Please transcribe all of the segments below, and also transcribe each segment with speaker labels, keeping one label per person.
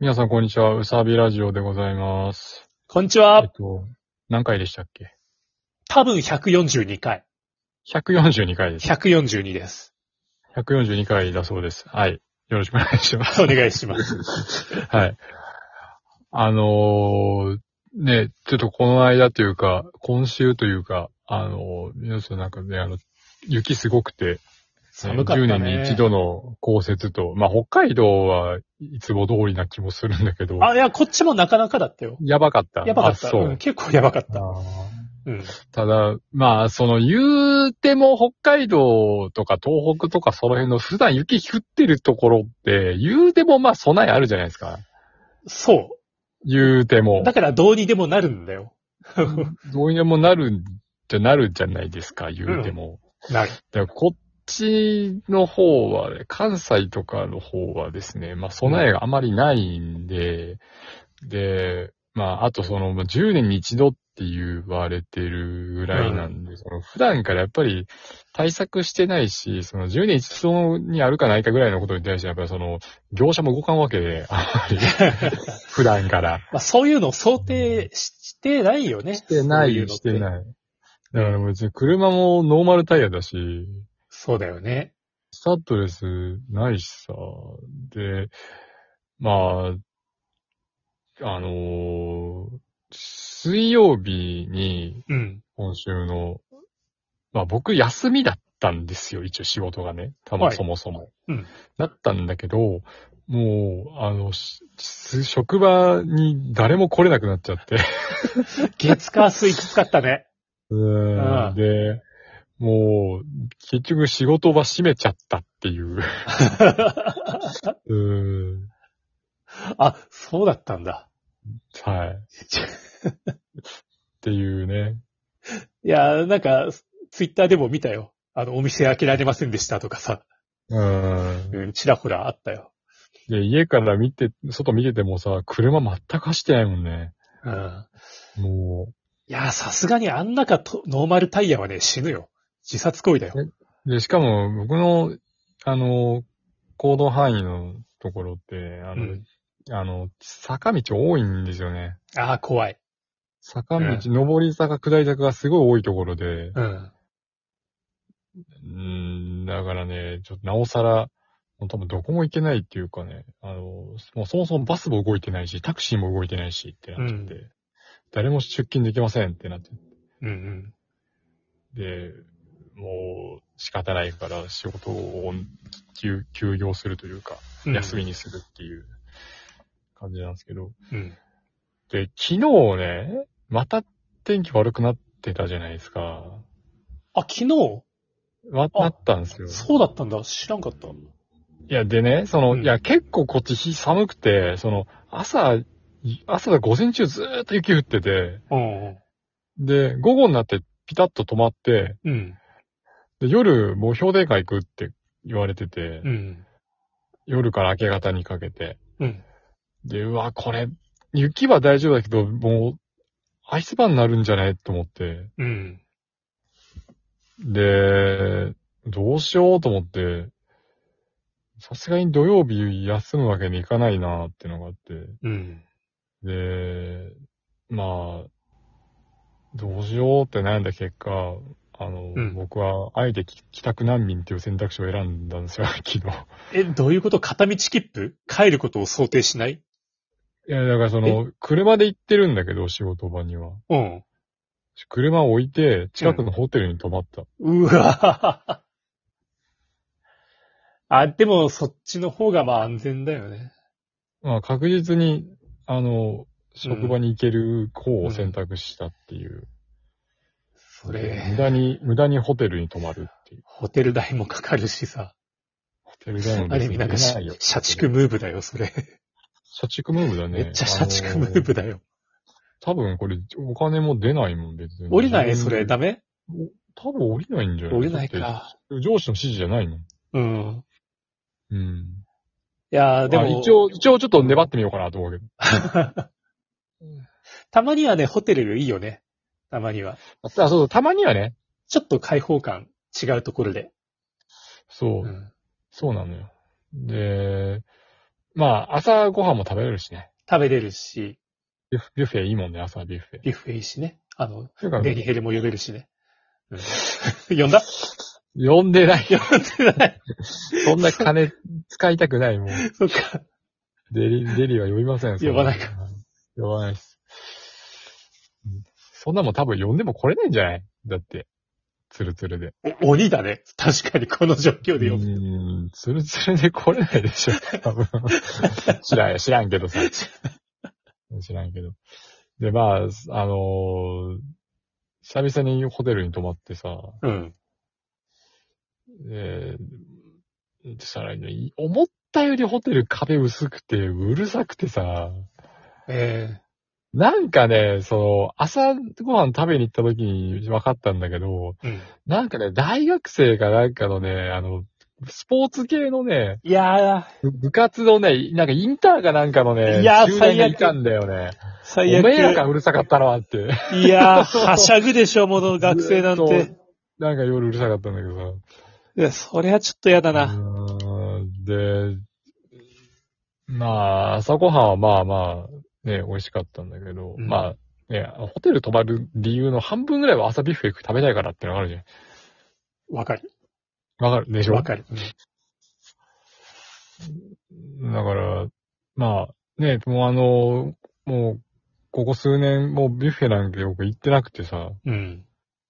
Speaker 1: 皆さん、こんにちは。うさびラジオでございます。
Speaker 2: こんにち
Speaker 1: えっ
Speaker 2: は。
Speaker 1: と、何回でしたっけ
Speaker 2: 多分142回。
Speaker 1: ?142 回です。
Speaker 2: 142です。
Speaker 1: 142回だそうです。はい。よろしくお願いし ます。
Speaker 2: お願いします。
Speaker 1: はい。あのー、ね、ちょっとこの間というか、今週というか、あのー、皆さんなんかね、あの、雪すごくて、
Speaker 2: 寒かったね。
Speaker 1: 10年に一度の降雪と、まあ、北海道はいつも通りな気もするんだけど、
Speaker 2: あ、いや、こっちもなかなかだったよ。
Speaker 1: やばかった。
Speaker 2: やばかった。
Speaker 1: あそう。
Speaker 2: うん結構やばかっ
Speaker 1: あ
Speaker 2: た。
Speaker 1: ー
Speaker 2: うん。
Speaker 1: ただ、まあ、その言うても北海道とか東北とかその辺の普段雪降ってるところって、言うてもまあ備えあるじゃないですか。
Speaker 2: そ
Speaker 1: 言うて
Speaker 2: う。
Speaker 1: も
Speaker 2: だ。からどうにでもなるんだよ。
Speaker 1: どうにでもなるんじゃなるじゃないですか、言うても。
Speaker 2: なる。
Speaker 1: だからこっちの方は、ね、関西とかの方はですね、まあ備えがあまりないんで、で、まああとそのまあ10年に一度って言われてるぐらいなんで、その普段からやっぱり対策してないし、その10年に一度にあるかないかぐらいのことに対して、やっぱりその業者も動かんわけで、あんまり 普段から。
Speaker 2: まあ、そういうのを想定ししてないよね。し
Speaker 1: してないよ、して
Speaker 2: い。
Speaker 1: ない。だから別に車もノーマルタイヤだし、
Speaker 2: そうだよね。
Speaker 1: スタッドレスないしさ、で、まあ、あのー水曜日に
Speaker 2: うん。
Speaker 1: 今週の、まあ僕休みだったんですよ、一応仕事がね。たま
Speaker 2: はい
Speaker 1: そもそも。
Speaker 2: うん
Speaker 1: だったんだけど、もう、あの、しす職場に誰も来れなくなっちゃって。
Speaker 2: 月火水きつかっ たね。
Speaker 1: う
Speaker 2: うんん
Speaker 1: で、もう、結局仕事場閉めちゃったっていう。うん
Speaker 2: あ、そうだったんだ。
Speaker 1: はい。っていうね。
Speaker 2: いや、なんか、ツイッターでも見たよ。あの、お店開けられませんでしたとかさ。
Speaker 1: うん。
Speaker 2: うん、ちらほらあったよ。
Speaker 1: で、家から見て、外見ててもさ、車全く走ってないもんね。
Speaker 2: うん。
Speaker 1: も
Speaker 2: いやー、さすがにあん中と、ノーマルタイヤはね、死ぬよ。自殺行為だよ。
Speaker 1: う。で、しかも、僕の、あの、行動範囲のところって、あ
Speaker 2: う
Speaker 1: の、
Speaker 2: ん。
Speaker 1: あの、坂道多いんですよね。
Speaker 2: ああ、怖い。
Speaker 1: 坂道、
Speaker 2: え
Speaker 1: 上り坂、下り坂がすごい多いところで、
Speaker 2: うん。
Speaker 1: うん、だからね、ちょっとなおさら、もう多分どこも行けないっていうかね、あの、もうそもそもバスも動いてないし、タクシーも動いてないしってなっちゃって、
Speaker 2: う
Speaker 1: 誰も出勤できませんってなっちゃっ
Speaker 2: うんうん。
Speaker 1: て、で、もう仕方ないから仕事を休休業するというか、
Speaker 2: うん
Speaker 1: 休み。にするっていう感じなんですけど、
Speaker 2: うん。
Speaker 1: で、昨日ね、また天気悪くなってたじゃないですか。
Speaker 2: あ、昨日
Speaker 1: わ、
Speaker 2: あ
Speaker 1: なったんですよ。
Speaker 2: そうだったんだ。知らんかった。
Speaker 1: いや、でね、その、
Speaker 2: うん
Speaker 1: いや、結構こっち日寒くて、その、朝、い朝が午前中ずーっと雪降ってて、
Speaker 2: うんうん。
Speaker 1: で、午後になってピタッと止まって、
Speaker 2: うん。
Speaker 1: で夜もう氷点下行くって言われてて、
Speaker 2: うん。
Speaker 1: 夜から明け方にかけて。
Speaker 2: うん。
Speaker 1: で、うわ、これ、雪は大丈夫だけど、もう、アイスバーンになるんじゃないと思って。
Speaker 2: うん。
Speaker 1: で、どうしようと思って、さすがに土曜日休むわけにいかないなーってのがあって。
Speaker 2: うん。
Speaker 1: で、まあ、どうしようって悩んだ結果、あの、
Speaker 2: うん
Speaker 1: 僕は、あえて帰帰宅難民っていう選択肢を選んだんですよ、 昨日。い
Speaker 2: え、どういうこと片道切符帰ることを想定しない
Speaker 1: や、だからその、車で行ってるんだけど、仕事場には。
Speaker 2: うん。
Speaker 1: 車を置いて、近くのホテルに泊まった。
Speaker 2: うわ あ、でも、そっちの方がまあ安全だよね。
Speaker 1: まあ、確実に、あの、職場に行ける方を選択したっていう。
Speaker 2: そ
Speaker 1: 無
Speaker 2: れ、
Speaker 1: 駄に、無駄にホテルに泊まるっていう。
Speaker 2: ホテル代もかかるしさ。
Speaker 1: ホテル代も
Speaker 2: ある意味なんかし
Speaker 1: 出ないよ、
Speaker 2: 社畜ムーブだよ、それ。
Speaker 1: 社畜ムーブだね。
Speaker 2: めっちゃ社畜ム
Speaker 1: あの
Speaker 2: ーブだよ。
Speaker 1: 多分これ、お金も出ないもん、別に。
Speaker 2: 降りないそれ、
Speaker 1: だ
Speaker 2: ダメ
Speaker 1: 多分降りないんじゃない
Speaker 2: 降りない。か。
Speaker 1: だって上司の指示じゃないもん。
Speaker 2: うん。
Speaker 1: うん。
Speaker 2: いやーで
Speaker 1: でも、
Speaker 2: も、
Speaker 1: 一応、一応ちょっと粘ってみようかなと思うけど。
Speaker 2: たまにはね、ホテルいいよね。たまには。
Speaker 1: あ、そうそう、たまにはね。
Speaker 2: ちょっと開放感、違うところで。
Speaker 1: そう、
Speaker 2: うん。
Speaker 1: そうなのよ。で、まあ、朝ご飯も食べれるしね。
Speaker 2: 食べれるし、
Speaker 1: ビュッビュッフェいいもんね、朝ビュッフェ。
Speaker 2: ビュッフェいいしね。あの、
Speaker 1: というか、
Speaker 2: デリヘルも呼べるしね。うん、 呼んだ
Speaker 1: 呼んでないよ。
Speaker 2: 呼んでない。
Speaker 1: そんな金使いたくない、もう。
Speaker 2: そっか。
Speaker 1: デリ、デリは呼びません。そん
Speaker 2: 呼ばない。
Speaker 1: 呼ばないです。うんそんなもん多分呼んでも来れないんじゃないだって、ツルツルで。
Speaker 2: お鬼だね。確かにこの状況
Speaker 1: う
Speaker 2: で呼ぶ。
Speaker 1: ーん、ツルツルで来れないで しょ、多分。知らんよ、知らんけどさ。知らんけど。で、まあ、あのー久々にホテルに泊まってさ、
Speaker 2: うん。
Speaker 1: えー、したらね、い思ったよりホテル壁薄くて、うるさくてさ、
Speaker 2: え
Speaker 1: なんかね、その、朝ご飯食べに行った時に分かったんだけど、
Speaker 2: えうん。
Speaker 1: なんかね、大学生かなんかのね、あの、スポーツ系のね、
Speaker 2: いや
Speaker 1: 部
Speaker 2: ー、
Speaker 1: 部活のね、なんかインターかなんかのね、
Speaker 2: いやー
Speaker 1: 集団
Speaker 2: 最
Speaker 1: が
Speaker 2: 悪
Speaker 1: いたんだよね。お
Speaker 2: 最悪。
Speaker 1: めえらがうるさかったなって。
Speaker 2: いやー、 はしゃぐでしょ、もの学生なん。
Speaker 1: ずーってと。なんか夜うるさかったんだけどさ。
Speaker 2: いや、そりゃちょっと嫌だな。
Speaker 1: うーんで、まあ、朝ごはんはまあまあ、ね、美味しかったんだけど、
Speaker 2: うん
Speaker 1: まあ、ね、ホテル泊まる理由の半分ぐらいは朝ビュッフェ食べたいからってのがあるじゃ
Speaker 2: わかる。
Speaker 1: ん。わかるでしょ
Speaker 2: わ
Speaker 1: だか
Speaker 2: かる。
Speaker 1: ら、まあ、ね、もうあの、もう、ここ数年、もうビュッフェなんてよく行ってなくてさ、
Speaker 2: うん。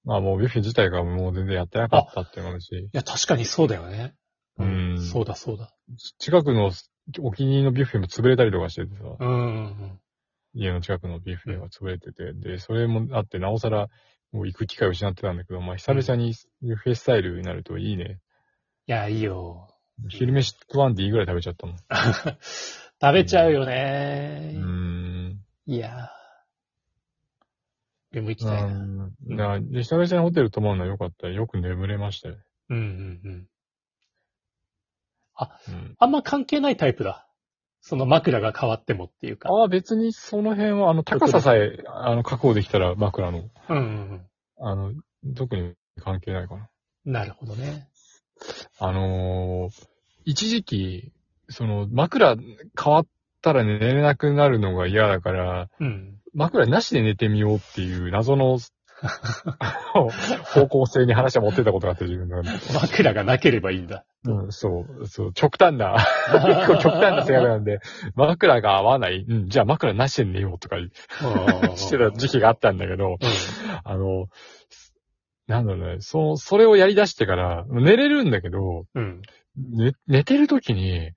Speaker 1: まあもうビュッフェ自体がもう全然やってなかったっていうのもあるし、
Speaker 2: いや、確かにそうだよね。
Speaker 1: うん
Speaker 2: そうだ、そうだ。
Speaker 1: 近くのお気に入りのビュッフェも潰れたりとかしててさ、
Speaker 2: うんうん
Speaker 1: 家の近くのビーフェが潰れてて、で、それもあって、なおさら、もう行く機会を失ってたんだけど、まあ、久々にビュッフェスタイルになるといいね。
Speaker 2: いや、いいよ。
Speaker 1: 昼飯食わんでいいぐらい食べちゃったもん。
Speaker 2: 食べちゃうよね
Speaker 1: うー。ん。
Speaker 2: いやー。でも行き
Speaker 1: う
Speaker 2: たいな。
Speaker 1: んなで、久々にホテル泊まるのは良かった。よく眠れましたよ。
Speaker 2: うんうんうん。
Speaker 1: うん。
Speaker 2: あんま関係ないタイプだ。その枕が変わってもっていうか。
Speaker 1: ああ、別にその辺は、あの、高ささえ、あの、確保できたら枕の、
Speaker 2: うんうん
Speaker 1: あの、特に関係ないかな。
Speaker 2: うん。なるほどね。
Speaker 1: あのー一時期、その、枕変わったら寝れなくなるのが嫌だから、
Speaker 2: うん。
Speaker 1: 枕なしで寝てみようっていう謎 のあの方向性に話は持ってたことがあって自分の中で。
Speaker 2: 枕がなければいいんだ。
Speaker 1: うん、そう、そう、極端な、 結構極端な性格なんで、枕が合わない、うん、じゃあ枕なしで寝ようとかしてた時期があったんだけど、あの、なんだろうね、そう、それをやり出してから、寝れるんだけど、
Speaker 2: うん。うん。
Speaker 1: 寝、寝てる時に、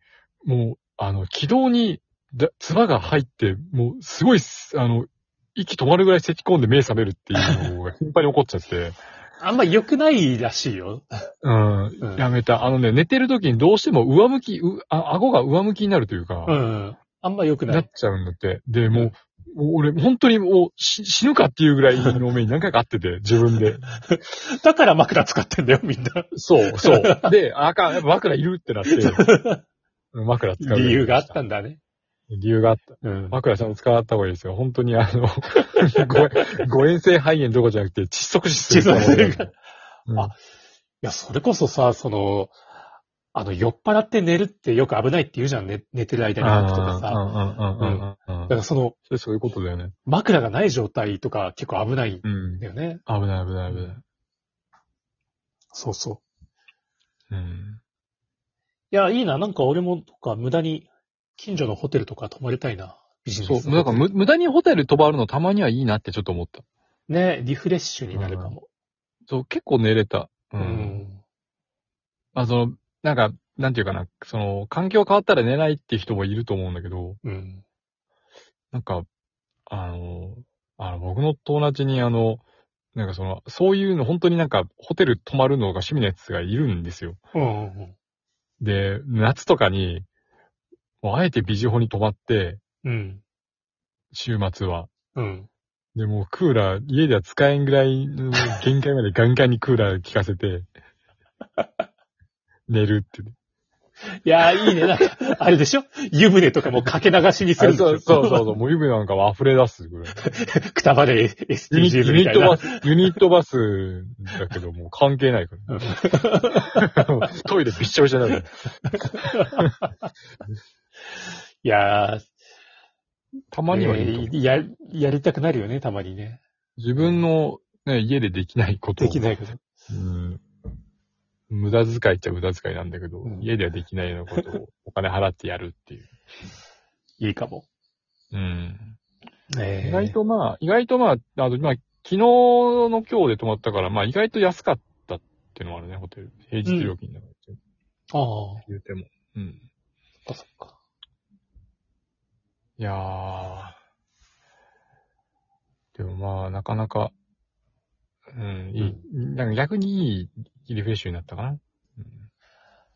Speaker 1: もう、あの、気道に、だ、唾が入って、もう、すごいす、あの、息止まるぐらい咳込んで目覚めるっていうのが頻繁に起こっちゃって、
Speaker 2: あんま良くないらしいよ。
Speaker 1: うん、
Speaker 2: うん
Speaker 1: やめた。あのね、寝てる時にどうしても上向き、う、あ、顎が上向きになるというか、
Speaker 2: うん。あんま良くな
Speaker 1: なっ
Speaker 2: い。
Speaker 1: ちゃうんだって。で、もう、もう俺、本当にもう、し死ぬかっていうぐらいの目に何回かあってて、自分で。
Speaker 2: だから枕使ってんだよ、みんな。
Speaker 1: そう、 そう。で、あかん、やっぱ枕いるってなって、枕使う。
Speaker 2: 理由があったんだね。
Speaker 1: 理由があった。
Speaker 2: うん。
Speaker 1: 枕ちゃんと使った方がいいですよ。本当にあの、 ご、誤嚥性肺炎どころじゃなくて窒息死する可能性がある。
Speaker 2: 窒息す
Speaker 1: うん
Speaker 2: あいや、それこそさ、その、あの、酔っ払って寝るってよく危ないって言うじゃん、ね、寝てる間に吐くとかさ。
Speaker 1: うんうんうんうんうんうん
Speaker 2: だからその、
Speaker 1: それそういうことだよね。
Speaker 2: 枕がない状態とか結構危ないん
Speaker 1: うん。
Speaker 2: だよね。
Speaker 1: 危ない危ない危ない。
Speaker 2: そうそう。
Speaker 1: うん。
Speaker 2: いや、いいな。なんか俺も、とか、無駄に、近所のホテルとか泊まりたいな。ビジネス
Speaker 1: そ
Speaker 2: の
Speaker 1: う。だからむ無駄にホテル泊まるのたまにはいいなってちょっと思った。
Speaker 2: ね、リフレッシュになるかも。
Speaker 1: そう、結構寝れた。う。
Speaker 2: うんん。
Speaker 1: まあその、なんか、なんていうかな、その、環境変わったら寝ないって人もいると思うんだけど、
Speaker 2: うん。
Speaker 1: なんか、あの、あの、僕の友達にあの、なんかその、そういうの、本当になんか、ホテル泊まるのが趣味のやつがいるんですよ。
Speaker 2: うんうん
Speaker 1: で、夏とかに、もうあえてビジホに泊まって、
Speaker 2: うん。うん。
Speaker 1: 週末は。
Speaker 2: うん。
Speaker 1: で、もうクーラー、家では使えんぐらいの限界までガンガンにクーラー効かせ て、寝るって。
Speaker 2: いやー、いいね。なんか、あれでしょ湯船とかもかけ流しにす
Speaker 1: そ
Speaker 2: るん
Speaker 1: う
Speaker 2: でし
Speaker 1: そ
Speaker 2: ょ
Speaker 1: う そうそう、もう湯船なんかは溢れ出すぐらい。
Speaker 2: くたばれ
Speaker 1: ユニ
Speaker 2: SDGs
Speaker 1: ユ
Speaker 2: み
Speaker 1: ニ
Speaker 2: た
Speaker 1: ッ
Speaker 2: い
Speaker 1: ト
Speaker 2: な
Speaker 1: バ。ス、ユニットバスだけど、もう関係ない から。トイレびっちゃびちゃになる。
Speaker 2: いやー、
Speaker 1: たまにはいいと思う。
Speaker 2: えーや、やりたくなるよね、たまにね。
Speaker 1: 自分の、ね、家でできないことを
Speaker 2: できないこと。
Speaker 1: うん無駄遣いっちゃ無駄遣いなんだけど、
Speaker 2: うん
Speaker 1: 家ではできないようなことをお金払ってやるっていう。
Speaker 2: いいかも。
Speaker 1: うん。
Speaker 2: えー
Speaker 1: 意外とまあ、意外とまあ、あの、まあ、昨日の今日で泊まったから、まあ意外と安かったっていうのもあるね、ホテル。平日料金だから、
Speaker 2: ああ、そ
Speaker 1: 言うても。うん。
Speaker 2: っかそっか。
Speaker 1: いやー。でもまあ、なかなか、うん、いい、なんか逆にいいリフレッシュになったかな。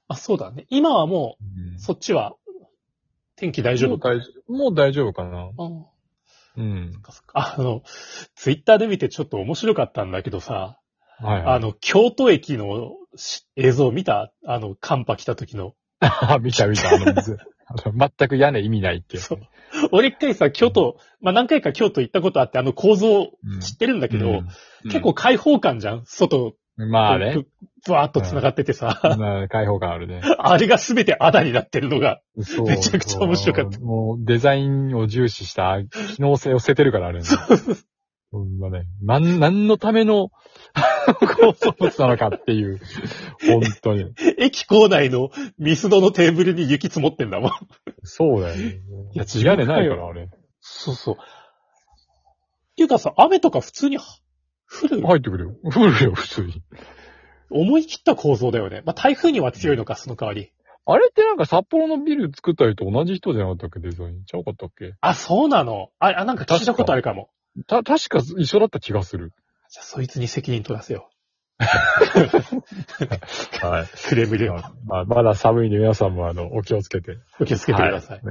Speaker 2: あ、そうだね。今はも
Speaker 1: うん
Speaker 2: う、そっちは、天気大丈夫か。
Speaker 1: もう大丈夫もう大丈夫かな。
Speaker 2: あー
Speaker 1: うん
Speaker 2: そっ。かそっかあの、ツイッターで見てちょっと面白かったんだけどさ、
Speaker 1: はい、はい。
Speaker 2: あの、京都駅のし映像見たあの、寒波来た時の。
Speaker 1: あ、見た見た、あの水。あの全く屋根意味ないっていう。
Speaker 2: そう。俺一回さ、京都、まあ、何回か京都行ったことあって、あの構造
Speaker 1: うん
Speaker 2: 知ってるんだけど、
Speaker 1: うん
Speaker 2: 結構、開放感じゃん外、
Speaker 1: まあね。
Speaker 2: ぶわーっと繋がっててさ、
Speaker 1: まあ、開放感あるね。
Speaker 2: あれがすべてアダになってるのが、
Speaker 1: そう
Speaker 2: めちゃくちゃ面白かった
Speaker 1: もう、デザインを重視した機能性を捨ててるからあるんだ。ほんまね。なん、なんのための構造物なのかっていう。本当に。
Speaker 2: 駅構内のミスドのテーブルに雪積もってんだもん。
Speaker 1: そうだよね。
Speaker 2: いや違う
Speaker 1: 屋根ないから、あれ。
Speaker 2: そうそう。っていうかさ、雨とか普通に降る、
Speaker 1: 入ってくるよ。降るよ、普通に。
Speaker 2: 思い切った構造だよね。まあ、台風には強いのか、その代わり。
Speaker 1: あれってなんか札幌のビル作った人と同じ人じゃなかったっけ、デザイン。ちゃうかったっけ
Speaker 2: あ、そうなの。あ、あなんか聞いたことあるかも。
Speaker 1: た、確か一緒だった気がする。
Speaker 2: じゃあ、そいつに責任取らせよ
Speaker 1: はい。
Speaker 2: う。クレーム入れよう。
Speaker 1: まあ、まだ寒いんで皆さんもあの、お気をつけて。
Speaker 2: お気をつけてください。